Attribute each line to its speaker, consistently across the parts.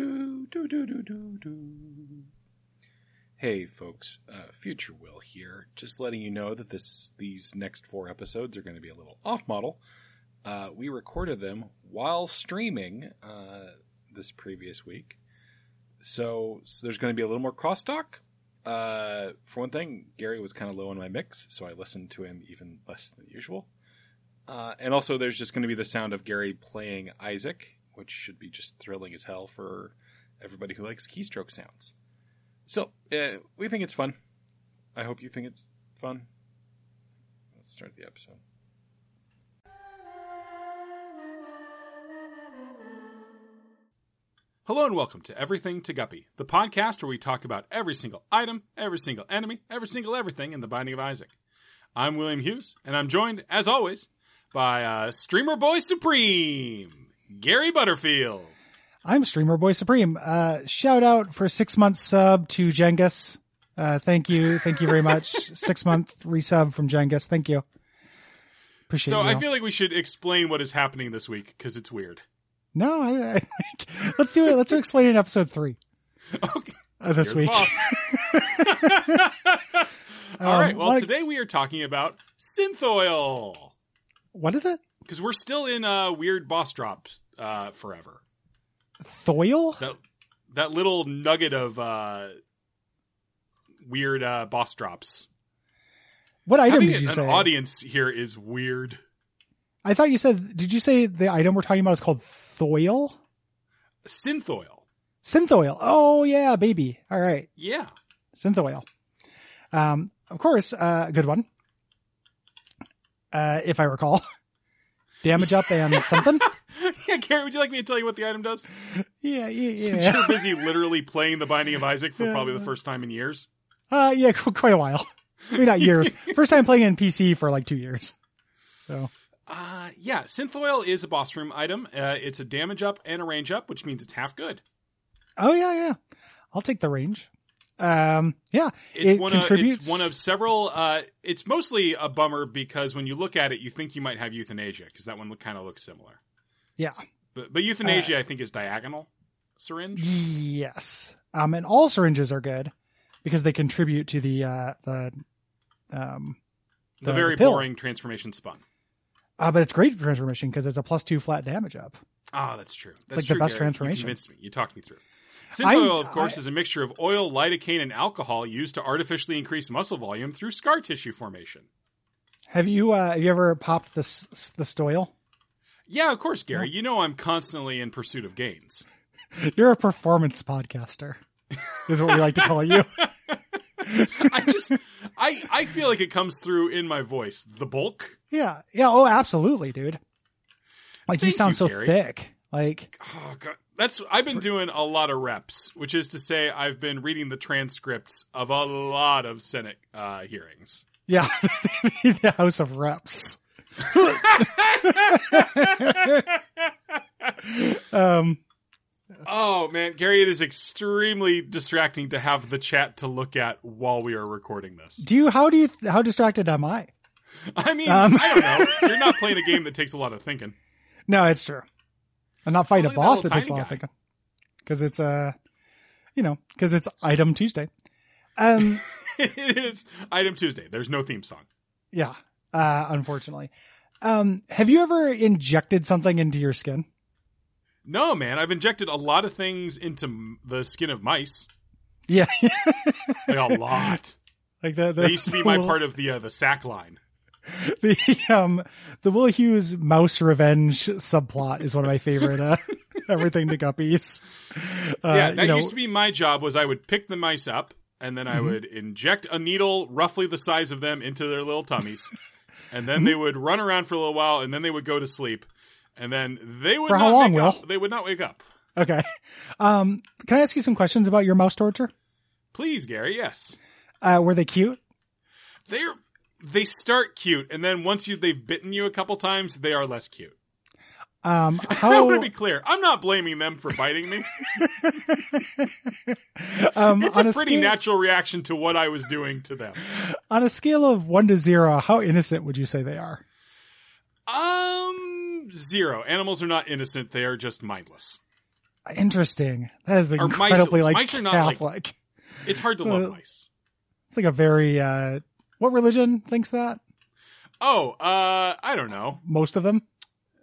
Speaker 1: Do, do, do, do, do, do. Hey, folks, uh, Future Will here. Just letting you know that this these next four episodes are going to be a little off model. Uh, we recorded them while streaming uh, this previous week. So, so there's going to be a little more crosstalk. Uh, for one thing, Gary was kind of low on my mix, so I listened to him even less than usual. Uh, and also, there's just going to be the sound of Gary playing Isaac, which should be just thrilling as hell for everybody who likes keystroke sounds. So, uh, we think it's fun. I hope you think it's fun. Let's start the episode.
Speaker 2: Hello and welcome to Everything to Guppy, the podcast where we talk about every single item, every single enemy, every single everything in the Binding of Isaac. I'm William Hughes, and I'm joined, as always, by uh, Streamer Boy Supreme, Gary Butterfield.
Speaker 3: I'm Streamer Boy Supreme. Uh, shout out for six month sub to Jengus. Uh, thank you, thank you very much. six month resub from Jengus. Thank you. Appreciate
Speaker 2: So
Speaker 3: you.
Speaker 2: I feel like we should explain what is happening this week because it's weird.
Speaker 3: no. I, I think let's do it. Let's explain it in episode three
Speaker 2: Okay,
Speaker 3: uh, this
Speaker 2: you're the
Speaker 3: week.
Speaker 2: boss. All
Speaker 3: Um,
Speaker 2: right. Well,
Speaker 3: what-
Speaker 2: today we are talking about synth oil
Speaker 3: What is it?
Speaker 2: because we're still in uh, weird boss drops uh, forever.
Speaker 3: Thoil?
Speaker 2: that that little nugget of uh weird uh boss drops
Speaker 3: What item
Speaker 2: Having
Speaker 3: did you
Speaker 2: an
Speaker 3: say?
Speaker 2: audience here is weird
Speaker 3: I thought you said. Did you say the item we're talking about is called thoil?
Speaker 2: synth oil
Speaker 3: Synth oil. Oh yeah, baby. All right,
Speaker 2: yeah
Speaker 3: synth oil. Um, of course, uh, a good one. Uh, if I recall, damage up and something.
Speaker 2: yeah Gary, would you like me to tell you what the item does
Speaker 3: Yeah, yeah,
Speaker 2: since
Speaker 3: yeah.
Speaker 2: you're busy literally playing the binding of isaac for probably the first time in years
Speaker 3: Uh, yeah, qu- quite a while. Maybe not years. First time playing in PC for like two years. So
Speaker 2: uh yeah synth oil is a boss room item uh it's a damage up and a range up which means it's half good
Speaker 3: oh yeah, yeah. I'll take the range. Um, yeah,
Speaker 2: it's
Speaker 3: It
Speaker 2: one of
Speaker 3: contributes-
Speaker 2: it's one of several uh it's mostly a bummer because when you look at it you think you might have euthanasia because that one kind of looks similar
Speaker 3: yeah,
Speaker 2: But,
Speaker 3: Uh,
Speaker 2: but euthanasia, I think, is diagonal syringe.
Speaker 3: yes. Um, and all syringes are good because they contribute to the uh the um.
Speaker 2: The,
Speaker 3: the
Speaker 2: very
Speaker 3: pill.
Speaker 2: boring transformation spun.
Speaker 3: Uh, but it's great for transformation because it's a plus two flat damage up.
Speaker 2: Ah, that's true. That's
Speaker 3: like the
Speaker 2: true,
Speaker 3: best
Speaker 2: Gary.
Speaker 3: transformation.
Speaker 2: You convinced me. You talked me through. Synth
Speaker 3: I'm-
Speaker 2: oil, of course,
Speaker 3: I-
Speaker 2: is a mixture of oil, lidocaine, and alcohol used to artificially increase muscle volume through scar tissue formation.
Speaker 3: Have you uh have you ever popped this the stoil?
Speaker 2: Yeah, of course, Gary. You know I'm constantly in pursuit of gains.
Speaker 3: You're a performance podcaster, is what we like to call you.
Speaker 2: I just, I, I feel like it comes through in my voice. The bulk.
Speaker 3: Yeah. Yeah. Oh, absolutely, dude. Like you
Speaker 2: Thank
Speaker 3: sound
Speaker 2: you,
Speaker 3: so
Speaker 2: Gary.
Speaker 3: thick. Like
Speaker 2: Oh god, that's I've been doing a lot of reps, which is to say, I've been reading the transcripts of a lot of Senate uh, hearings.
Speaker 3: yeah, the House of Reps. um.
Speaker 2: Oh man, Gary, it is extremely distracting to have the chat to look at while we are recording this.
Speaker 3: Do you? How do you? How distracted am I?
Speaker 2: I mean,
Speaker 3: Um.
Speaker 2: I don't know. You're not playing a game that takes a lot of thinking.
Speaker 3: No, it's true. I'm not fighting
Speaker 2: Look
Speaker 3: a
Speaker 2: at that
Speaker 3: boss
Speaker 2: little
Speaker 3: that takes a
Speaker 2: tiny
Speaker 3: lot of
Speaker 2: guy.
Speaker 3: thinking. Because it's uh, you know, because it's Item Tuesday. Um.
Speaker 2: it is item Tuesday. There's no theme song.
Speaker 3: yeah. Uh. Unfortunately. Um. Have you ever injected something into your skin?
Speaker 2: No, man, I've injected a lot of things into m- the skin of mice.
Speaker 3: Yeah.
Speaker 2: Like a lot.
Speaker 3: like the, the
Speaker 2: That used to be my
Speaker 3: little-
Speaker 2: part of the uh, the sack line.
Speaker 3: the um the Will Hughes mouse revenge subplot is one of my favorite uh, everything to guppies. Uh,
Speaker 2: yeah, that
Speaker 3: you know, Mm-hmm.
Speaker 2: used to be my job. Was I would pick the mice up and then I would inject a needle roughly the size of them into their little tummies, and then they
Speaker 3: Mm-hmm.
Speaker 2: would run around for a little while, and then they would go to sleep, and then they would
Speaker 3: For
Speaker 2: not
Speaker 3: how long,
Speaker 2: wake
Speaker 3: Will?
Speaker 2: Up. They would not wake up.
Speaker 3: okay. Um, can I ask you some questions about your mouse torture?
Speaker 2: Please, Gary. Yes,
Speaker 3: Uh, were they cute?
Speaker 2: they're they start cute, and then once you they've bitten you a couple times, they are less cute.
Speaker 3: Um,
Speaker 2: I
Speaker 3: how?
Speaker 2: want to be clear. I'm not blaming them for biting me.
Speaker 3: um,
Speaker 2: It's a
Speaker 3: on
Speaker 2: pretty
Speaker 3: scale,
Speaker 2: natural reaction to what I was doing to them.
Speaker 3: on a scale of one to zero, how innocent would you say they are?
Speaker 2: Um, zero. Animals are not innocent. They are just mindless.
Speaker 3: Interesting. That is
Speaker 2: Or mice,
Speaker 3: incredibly
Speaker 2: at least.
Speaker 3: like
Speaker 2: Mice are not, like-
Speaker 3: calf like.
Speaker 2: It's hard to
Speaker 3: Uh,
Speaker 2: love mice.
Speaker 3: It's like a very uh what religion thinks that?
Speaker 2: Oh, uh, I don't know.
Speaker 3: Most of them.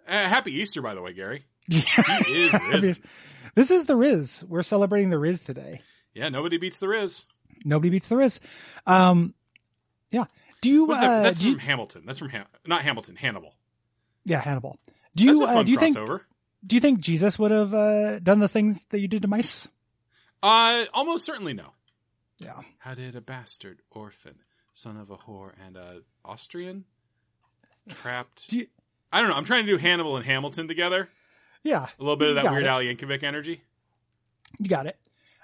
Speaker 2: Uh, happy Easter, by the way, Gary.
Speaker 3: Yeah.
Speaker 2: He is risen.
Speaker 3: this is the Riz. We're celebrating the Riz today.
Speaker 2: Yeah, nobody beats the Riz.
Speaker 3: Nobody beats the Riz. Um yeah. Do you
Speaker 2: What's
Speaker 3: uh
Speaker 2: that? That's
Speaker 3: do you-
Speaker 2: from Hamilton. That's from Ham- not Hamilton, Hannibal.
Speaker 3: yeah, Hannibal. Do
Speaker 2: That's
Speaker 3: you
Speaker 2: a fun
Speaker 3: uh, do you think
Speaker 2: crossover.
Speaker 3: do you think Jesus would have uh, done the things that you did to mice?
Speaker 2: Uh, almost certainly no.
Speaker 3: Yeah.
Speaker 2: How did a bastard orphan, son of a whore and a Austrian, trapped?
Speaker 3: Do you-
Speaker 2: I don't know. I'm trying to do Hannibal and Hamilton together.
Speaker 3: Yeah,
Speaker 2: A little bit of that
Speaker 3: Got
Speaker 2: Weird
Speaker 3: it.
Speaker 2: Al Yankovic energy.
Speaker 3: you got it.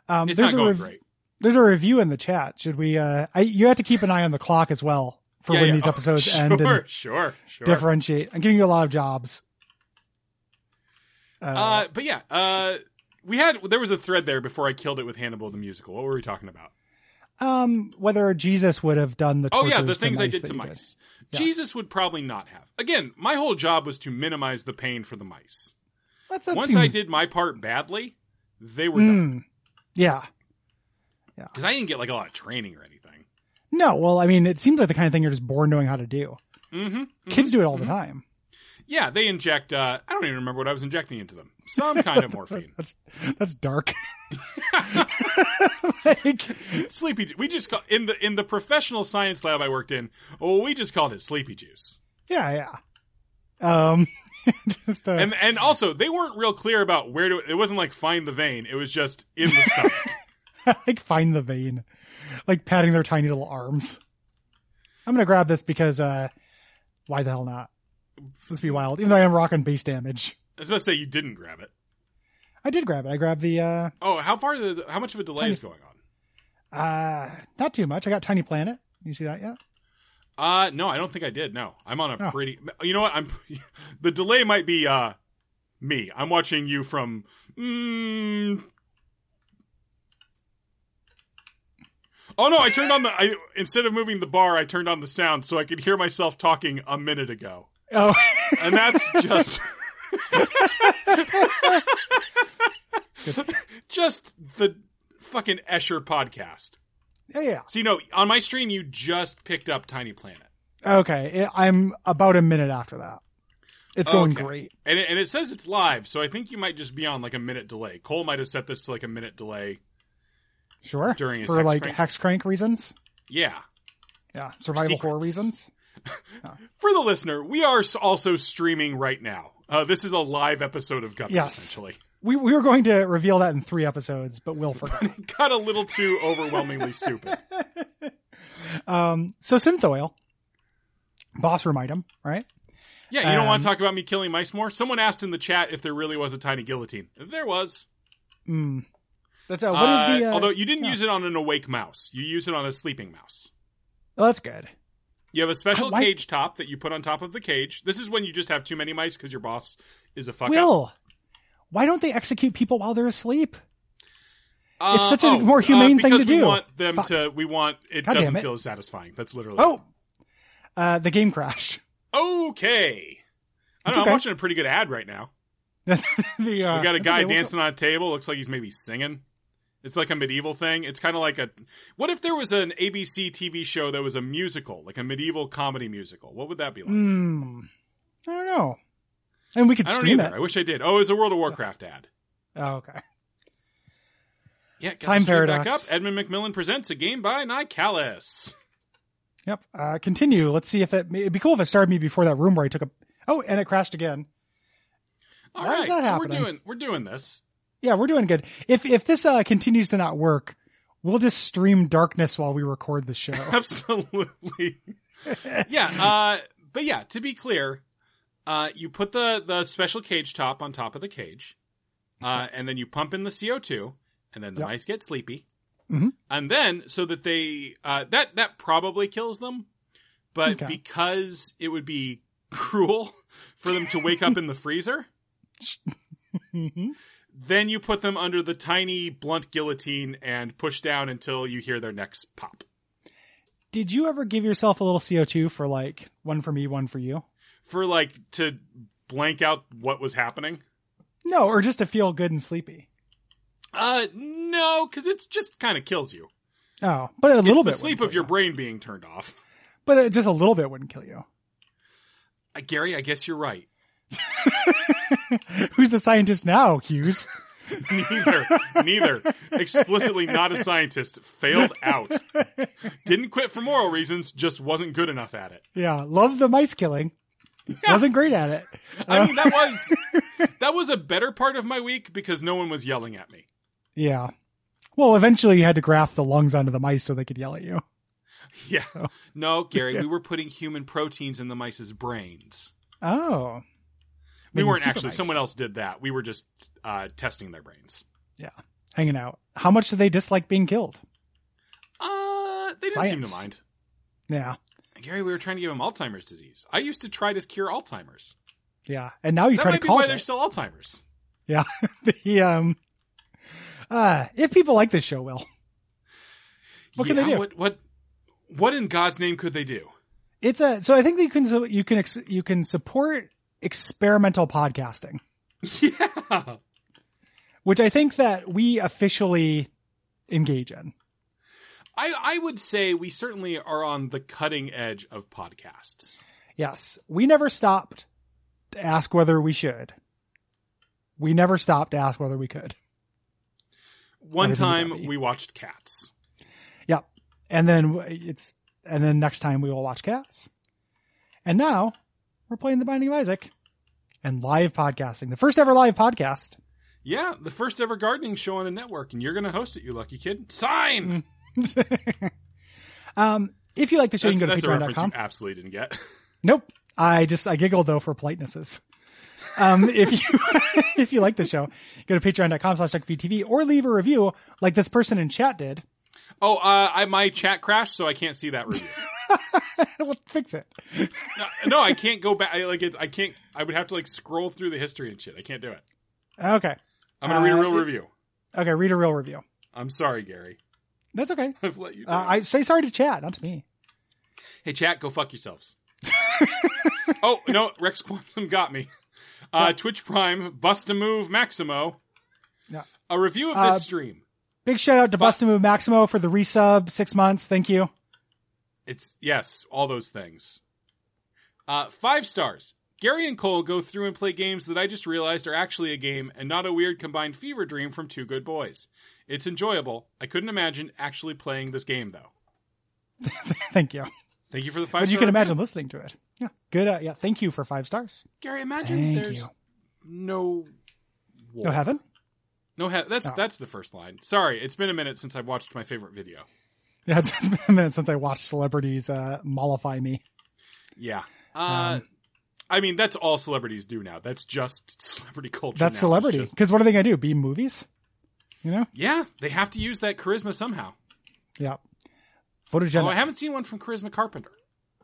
Speaker 3: Um
Speaker 2: It's
Speaker 3: there's
Speaker 2: not
Speaker 3: a
Speaker 2: going
Speaker 3: rev-
Speaker 2: great.
Speaker 3: there's a review in the chat. Should we uh I you have to keep an eye on the clock as well for
Speaker 2: Yeah,
Speaker 3: when
Speaker 2: yeah.
Speaker 3: these
Speaker 2: Oh,
Speaker 3: episodes
Speaker 2: sure,
Speaker 3: end and
Speaker 2: sure, sure.
Speaker 3: differentiate. I'm giving you a lot of jobs.
Speaker 2: Uh, but yeah, uh, we had there was a thread there before I killed it with Hannibal the musical. What were we talking about?
Speaker 3: um, whether Jesus would have done the
Speaker 2: Oh yeah, the
Speaker 3: tortures to
Speaker 2: things I
Speaker 3: mice
Speaker 2: did
Speaker 3: that
Speaker 2: to
Speaker 3: you
Speaker 2: mice.
Speaker 3: Yes.
Speaker 2: Jesus would probably not have. Again, my whole job was to minimize the pain for the mice.
Speaker 3: That's, that
Speaker 2: Once
Speaker 3: seems,
Speaker 2: I did my part badly, they were done.
Speaker 3: Mm. yeah,
Speaker 2: because I didn't get like a lot of training or anything.
Speaker 3: no. Well, I mean, it seems like the kind of thing you're just born knowing how to do.
Speaker 2: Mm-hmm.
Speaker 3: Kids do it all the time.
Speaker 2: Yeah, they inject. Uh, I don't even remember what I was injecting into them. Some kind of morphine.
Speaker 3: That's that's dark. like,
Speaker 2: Sleepy. ju- We just call, in the in the professional science lab I worked in. Well, we just called it sleepy juice.
Speaker 3: yeah, yeah. Um, just uh,
Speaker 2: And and also they weren't real clear about where to. It wasn't like find the vein. It was just in the stomach.
Speaker 3: like find the vein, like patting their tiny little arms. I'm gonna grab this because uh, why the hell not? Let's be wild. Even though I am rocking base damage,
Speaker 2: I was about to say you didn't grab it.
Speaker 3: I did grab it. I grabbed the uh,
Speaker 2: Oh, how far? Is, how much of a delay is going on?
Speaker 3: uh, not too much. I got tiny planet. You see that yet?
Speaker 2: Uh no, I don't think I did. No, I'm on a
Speaker 3: Oh.
Speaker 2: pretty. You know what? I'm. the delay might be uh me. I'm watching you from. Mm, oh no! I turned on the. I instead of moving the bar, I turned on the sound so I could hear myself talking a minute ago,
Speaker 3: Oh,
Speaker 2: and that's just. just the fucking Escher podcast.
Speaker 3: yeah, yeah.
Speaker 2: So you know, on my stream, you just picked up Tiny Planet.
Speaker 3: Okay, I- I'm about a minute after that. It's going
Speaker 2: Okay.
Speaker 3: great.
Speaker 2: And it, and it says it's live, so I think you might just be on like a minute delay. Cole might have set this to like a minute delay.
Speaker 3: Sure.
Speaker 2: During his
Speaker 3: for
Speaker 2: hex
Speaker 3: like
Speaker 2: crank?
Speaker 3: hex crank reasons.
Speaker 2: Yeah.
Speaker 3: Yeah, survival horror
Speaker 2: secrets.
Speaker 3: reasons.
Speaker 2: For the listener, we are s- also streaming right now. Uh, this is a live episode of Guppy,
Speaker 3: Yes.
Speaker 2: essentially.
Speaker 3: We we were going to reveal that in three episodes, but we'll forget.
Speaker 2: Got a little too overwhelmingly stupid.
Speaker 3: um, so synth oil, boss room item, right?
Speaker 2: Yeah, you don't want
Speaker 3: Um,
Speaker 2: to talk about me killing mice more? Someone asked in the chat if there really was a tiny guillotine. There was.
Speaker 3: Mm. That's uh, what
Speaker 2: Uh,
Speaker 3: is the uh,
Speaker 2: although you didn't
Speaker 3: yeah.
Speaker 2: use it on an awake mouse, you use it on a sleeping mouse.
Speaker 3: well, oh, that's good.
Speaker 2: You have a special
Speaker 3: why-
Speaker 2: cage top that you put on top of the cage. This is when you just have too many mice because your boss is a fuck up.
Speaker 3: Will, why don't they execute people while they're asleep?
Speaker 2: Uh,
Speaker 3: It's such a more humane thing
Speaker 2: because
Speaker 3: to
Speaker 2: we
Speaker 3: do.
Speaker 2: Want them
Speaker 3: Fuck.
Speaker 2: to? We want it
Speaker 3: God damn
Speaker 2: doesn't
Speaker 3: it.
Speaker 2: feel as satisfying. That's literally.
Speaker 3: Oh, uh, the game crashed.
Speaker 2: okay. I don't
Speaker 3: It's
Speaker 2: know.
Speaker 3: okay.
Speaker 2: I'm watching a pretty good ad right now.
Speaker 3: the, uh,
Speaker 2: We got a
Speaker 3: that's
Speaker 2: guy
Speaker 3: okay, we'll go-
Speaker 2: dancing on a table. Looks like he's maybe singing. It's like a medieval thing. It's kind of like a. What if there was an ABC TV show that was a musical, like a medieval comedy musical? What would that be like?
Speaker 3: Mm, I don't know. And we could
Speaker 2: I don't
Speaker 3: stream
Speaker 2: either.
Speaker 3: it.
Speaker 2: I wish I did. Oh, it was a World of Warcraft ad.
Speaker 3: Oh, okay.
Speaker 2: Yeah, got
Speaker 3: Time
Speaker 2: the stream Back up.
Speaker 3: paradox.
Speaker 2: Edmund McMillan presents a game by Nicalis.
Speaker 3: Yep. Uh, continue. Let's see if it. It'd be cool if it started me before that room where I took a. Oh, and it crashed again.
Speaker 2: All
Speaker 3: Why
Speaker 2: right,
Speaker 3: is that
Speaker 2: so
Speaker 3: happening?
Speaker 2: we're doing we're doing this.
Speaker 3: Yeah, we're doing good. If if this uh, continues to not work, we'll just stream darkness while we record the show.
Speaker 2: Absolutely. yeah. Uh, but yeah, to be clear, uh, you put the, the special cage top on top of the cage, uh, and then you pump in the CO2, and then the
Speaker 3: Yep.
Speaker 2: mice get sleepy.
Speaker 3: Mhm.
Speaker 2: And then, so that they, uh, that, that probably kills them, but
Speaker 3: Okay.
Speaker 2: because it would be cruel for them to wake up in the freezer,
Speaker 3: Mhm.
Speaker 2: then you put them under the tiny blunt guillotine and push down until you hear their necks pop.
Speaker 3: Did you ever give yourself a little CO two for like one for me, one for you?
Speaker 2: for like to blank out what was happening.
Speaker 3: No, or just to feel good and sleepy.
Speaker 2: Uh, no, because it's just kind of kills you.
Speaker 3: Oh, but a
Speaker 2: It's
Speaker 3: little
Speaker 2: the
Speaker 3: bit.
Speaker 2: sleep
Speaker 3: wouldn't
Speaker 2: of your
Speaker 3: kill
Speaker 2: brain being turned off.
Speaker 3: you. But it, just a little bit wouldn't kill you.
Speaker 2: Uh, Gary, I guess you're right.
Speaker 3: Who's the scientist now, Hughes?
Speaker 2: Neither, neither. Explicitly not a scientist. Failed out. Didn't quit for moral reasons. Just wasn't good enough at it.
Speaker 3: yeah, love the mice killing. Wasn't great at it.
Speaker 2: I mean, that was that was a better part of my week because no one was yelling at me.
Speaker 3: Yeah. Well, eventually you had to graft the lungs onto the mice so they could yell at you.
Speaker 2: Yeah. No, Gary, we were putting human proteins in the mice's brains.
Speaker 3: Oh.
Speaker 2: We
Speaker 3: Making
Speaker 2: weren't
Speaker 3: super
Speaker 2: actually.
Speaker 3: mice.
Speaker 2: Someone else did that. We were just uh, testing their brains.
Speaker 3: hanging out. How much do they dislike being killed?
Speaker 2: Uh, they didn't seem to
Speaker 3: Science.
Speaker 2: mind.
Speaker 3: Yeah.
Speaker 2: Gary, we were trying to give him Alzheimer's disease. I used to try to cure Alzheimer's.
Speaker 3: Yeah. And now you
Speaker 2: that
Speaker 3: try to
Speaker 2: might be
Speaker 3: cause
Speaker 2: why
Speaker 3: it.
Speaker 2: there's still Alzheimer's.
Speaker 3: Yeah. the um uh if people like this show, Will. What can they
Speaker 2: Yeah,
Speaker 3: do?
Speaker 2: What, what what in God's name could they do?
Speaker 3: It's a so I think that you can you can ex, you can support experimental podcasting,
Speaker 2: Yeah.
Speaker 3: which I think that we officially engage in.
Speaker 2: I, I would say we certainly are on the cutting edge of podcasts.
Speaker 3: Yes, we never stopped to ask whether we should. We never stopped to ask whether we could.
Speaker 2: One
Speaker 3: Everything
Speaker 2: time
Speaker 3: about me.
Speaker 2: we watched cats.
Speaker 3: Yep. And then w- it's and then next time we will watch cats. And now we're playing The Binding of Isaac and live podcasting. The first ever live podcast.
Speaker 2: Yeah, the first ever gardening show on a network, and you're going to host it, you lucky kid. Sign!
Speaker 3: um if you like the show,
Speaker 2: that's
Speaker 3: you can go
Speaker 2: that's
Speaker 3: to
Speaker 2: a reference
Speaker 3: patreon.com.
Speaker 2: you absolutely didn't get.
Speaker 3: Nope. I just I giggled though for politenesses. Um, if you if you like the show, go to patreon.com slash TV or leave a review like this person in chat did.
Speaker 2: oh, uh, I, my chat crashed, so I can't see that review.
Speaker 3: we'll fix it.
Speaker 2: no, no, I can't go back. I, like it, I can't. I would have to like scroll through the history and shit. I can't do it.
Speaker 3: Okay.
Speaker 2: I'm going to read a
Speaker 3: Uh,
Speaker 2: real
Speaker 3: it-
Speaker 2: review.
Speaker 3: Okay, read a real review.
Speaker 2: I'm sorry, Gary.
Speaker 3: That's okay.
Speaker 2: I've let you.
Speaker 3: Uh,
Speaker 2: down.
Speaker 3: I say sorry to chat, not to me.
Speaker 2: Hey, chat, go fuck yourselves. oh, no, Rex Quantum got me. Uh, Twitch Prime, Bust a Move, Maximo.
Speaker 3: Yeah.
Speaker 2: A review of
Speaker 3: Uh,
Speaker 2: this stream.
Speaker 3: Big shout out to
Speaker 2: But-
Speaker 3: Busta Move Maximo for the resub, six months. Thank you.
Speaker 2: It's, yes, all those things. Uh, five stars. Gary and Cole go through and play games that I just realized are actually a game and not a weird combined fever dream from two good boys. It's enjoyable. I couldn't imagine actually playing this game, though.
Speaker 3: Thank you.
Speaker 2: Thank you for the five
Speaker 3: But you
Speaker 2: star
Speaker 3: can
Speaker 2: review.
Speaker 3: imagine listening to it. Yeah. Good. Uh, yeah. Thank you for five stars.
Speaker 2: Gary, imagine
Speaker 3: Thank
Speaker 2: there's
Speaker 3: you.
Speaker 2: no war.
Speaker 3: No heaven.
Speaker 2: No, he- that's
Speaker 3: Oh.
Speaker 2: that's the first line. Sorry, it's been a minute since I've watched my favorite video.
Speaker 3: Yeah. It's, it's been a minute since I watched celebrities uh, mollify me.
Speaker 2: Yeah. Uh,
Speaker 3: Um,
Speaker 2: I mean, that's all celebrities do now. That's just celebrity culture. now.
Speaker 3: That's
Speaker 2: It's
Speaker 3: celebrity.
Speaker 2: just-
Speaker 3: Because what are they going to do? Be movies? You know?
Speaker 2: yeah, they have to use that charisma somehow.
Speaker 3: Yeah.
Speaker 2: Oh, I
Speaker 3: Photogenic
Speaker 2: haven't seen one from Charisma Carpenter.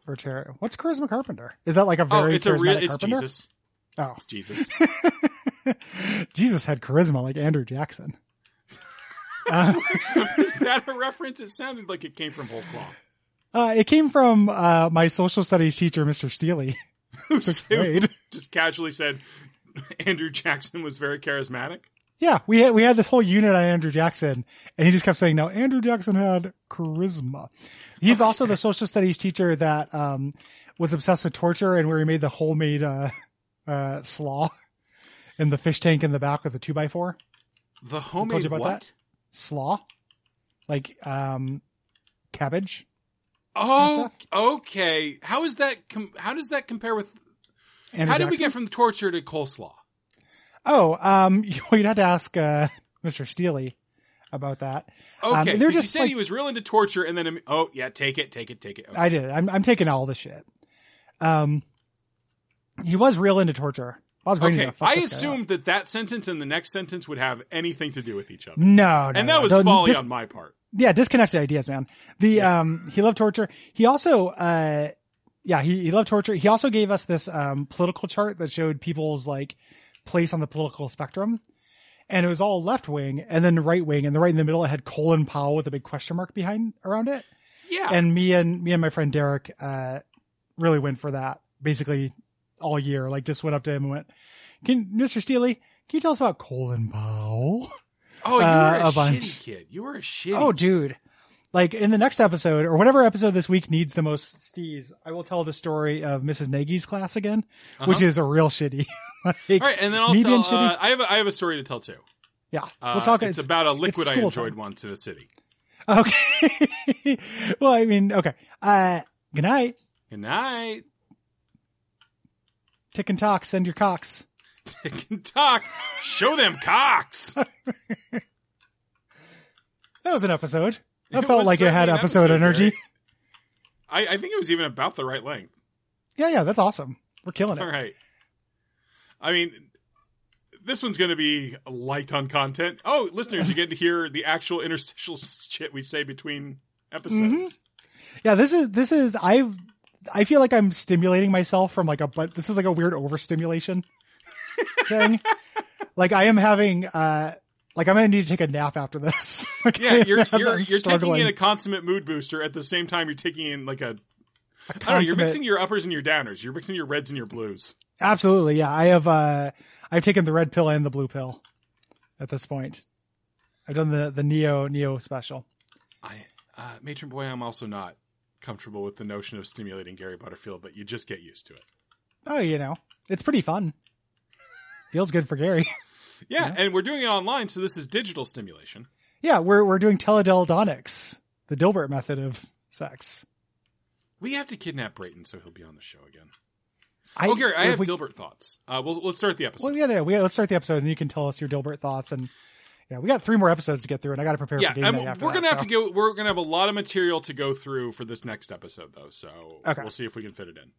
Speaker 3: for charity. What's Charisma Carpenter? Is that like a
Speaker 2: Oh,
Speaker 3: very
Speaker 2: it's a real.
Speaker 3: charismatic
Speaker 2: It's
Speaker 3: Carpenter?
Speaker 2: Jesus.
Speaker 3: Oh.
Speaker 2: It's Jesus.
Speaker 3: Jesus had charisma like Andrew Jackson. Uh,
Speaker 2: Is that a reference? It sounded like it came from whole cloth.
Speaker 3: uh, it came from uh, my social studies teacher, Mr. Steely, sixth
Speaker 2: Who
Speaker 3: grade.
Speaker 2: just casually said Andrew Jackson was very charismatic.
Speaker 3: Yeah, we had we had this whole unit on Andrew Jackson, and he just kept saying, "No, Andrew Jackson had charisma." He's also the social studies teacher that um, was obsessed with torture, and where he made the homemade uh, uh, slaw in the fish tank in the back with a two by four
Speaker 2: The homemade
Speaker 3: about
Speaker 2: what?
Speaker 3: that? slaw, like um, cabbage.
Speaker 2: Oh, okay. How is that? Com- how does that compare with?
Speaker 3: Andrew
Speaker 2: How did we
Speaker 3: Jackson.
Speaker 2: get from torture to coleslaw?
Speaker 3: Oh, um, you'd have to ask uh, Mr. Steely about that. Um,
Speaker 2: Okay,
Speaker 3: they're
Speaker 2: because you
Speaker 3: just
Speaker 2: said
Speaker 3: like-
Speaker 2: he was real into torture, and then oh yeah, take it, take it, take it. Okay.
Speaker 3: I did. it. I'm I'm taking all the shit. Um, he was real into torture. I was ready
Speaker 2: Okay,
Speaker 3: to fuck
Speaker 2: I
Speaker 3: this guy up.
Speaker 2: assumed that that sentence and the next sentence would have anything to do with each other,
Speaker 3: No, no,
Speaker 2: and
Speaker 3: no.
Speaker 2: that was
Speaker 3: The-
Speaker 2: folly
Speaker 3: dis-
Speaker 2: on my part.
Speaker 3: Yeah, disconnected ideas, man. The um, he loved torture. He also uh, yeah, he he loved torture. He also gave us this um political chart that showed people's like place on the political spectrum, and it was all left wing and then right wing, and the right in the middle it had Colin Powell with a big question mark behind around it.
Speaker 2: Yeah,
Speaker 3: and me and me and my friend Derek uh, really went for that basically all year. Like just went up to him and went, "Can Mr. Steely, can you tell us about Colin Powell?"
Speaker 2: Oh, you
Speaker 3: Uh,
Speaker 2: were a,
Speaker 3: a bunch.
Speaker 2: shitty kid. You were a shitty.
Speaker 3: Oh, dude. Like in the next episode or whatever episode this week needs the most stees, I will tell the story of Mrs. Nagy's class again, which
Speaker 2: Uh-huh.
Speaker 3: is a real shitty. like,
Speaker 2: all right. And then I'll
Speaker 3: me being
Speaker 2: tell.
Speaker 3: shitty-
Speaker 2: Uh, I have a, I have a story to tell too.
Speaker 3: Yeah,
Speaker 2: Uh,
Speaker 3: we'll talk.
Speaker 2: It's, about a liquid I
Speaker 3: school
Speaker 2: enjoyed
Speaker 3: time.
Speaker 2: once in a city.
Speaker 3: okay. well, I mean, okay. Uh, good night.
Speaker 2: Good night.
Speaker 3: Tick and talk. Send your cocks.
Speaker 2: Tick and talk. Show them cocks.
Speaker 3: That was an episode. That
Speaker 2: It
Speaker 3: felt
Speaker 2: was
Speaker 3: like it had
Speaker 2: certainly an
Speaker 3: episode, energy.
Speaker 2: Gary. I, I think it was even about the right length.
Speaker 3: Yeah, yeah, that's awesome. We're killing it.
Speaker 2: All right. I mean, this one's going to be light on content. Oh, listeners, you get to hear the actual interstitial shit we say between episodes.
Speaker 3: Mm-hmm. Yeah, this is this is I've I feel like I'm stimulating myself from like a but this is like a weird overstimulation thing. like I am having uh like I'm gonna need to take a nap after this. Like,
Speaker 2: Yeah, you're
Speaker 3: I'm
Speaker 2: you're you're taking
Speaker 3: struggling.
Speaker 2: in a consummate mood booster at the same time you're taking in like a. I don't know, you're
Speaker 3: consummate-
Speaker 2: mixing your uppers and your downers. You're mixing your reds and your blues.
Speaker 3: absolutely yeah. I have uh I've taken the red pill and the blue pill at this point. I've done the the neo neo special.
Speaker 2: I, uh, Matron Boy, I'm also not comfortable with the notion of stimulating Gary Butterfield, but you just get used to it.
Speaker 3: Oh, you know it's pretty fun. Feels good for Gary.
Speaker 2: Yeah, and we're doing it online, so this is digital stimulation.
Speaker 3: Yeah, we're we're doing teledeldonics, the Dilbert method of sex.
Speaker 2: We have to kidnap Brayton so he'll be on the show again.
Speaker 3: I,
Speaker 2: oh, Gary, I
Speaker 3: if
Speaker 2: have
Speaker 3: we,
Speaker 2: Dilbert thoughts. Uh, we'll, let's start the episode.
Speaker 3: Well, yeah, yeah, we let's start the episode, and you can tell us your Dilbert thoughts. And yeah, we got three more episodes to get through, and I got to prepare.
Speaker 2: yeah,
Speaker 3: for game
Speaker 2: and
Speaker 3: night after
Speaker 2: we're
Speaker 3: that,
Speaker 2: gonna have
Speaker 3: so.
Speaker 2: to go. We're gonna have a lot of material to go through for this next episode, though. So
Speaker 3: Okay.
Speaker 2: we'll see if we can fit it in.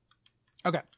Speaker 3: Okay.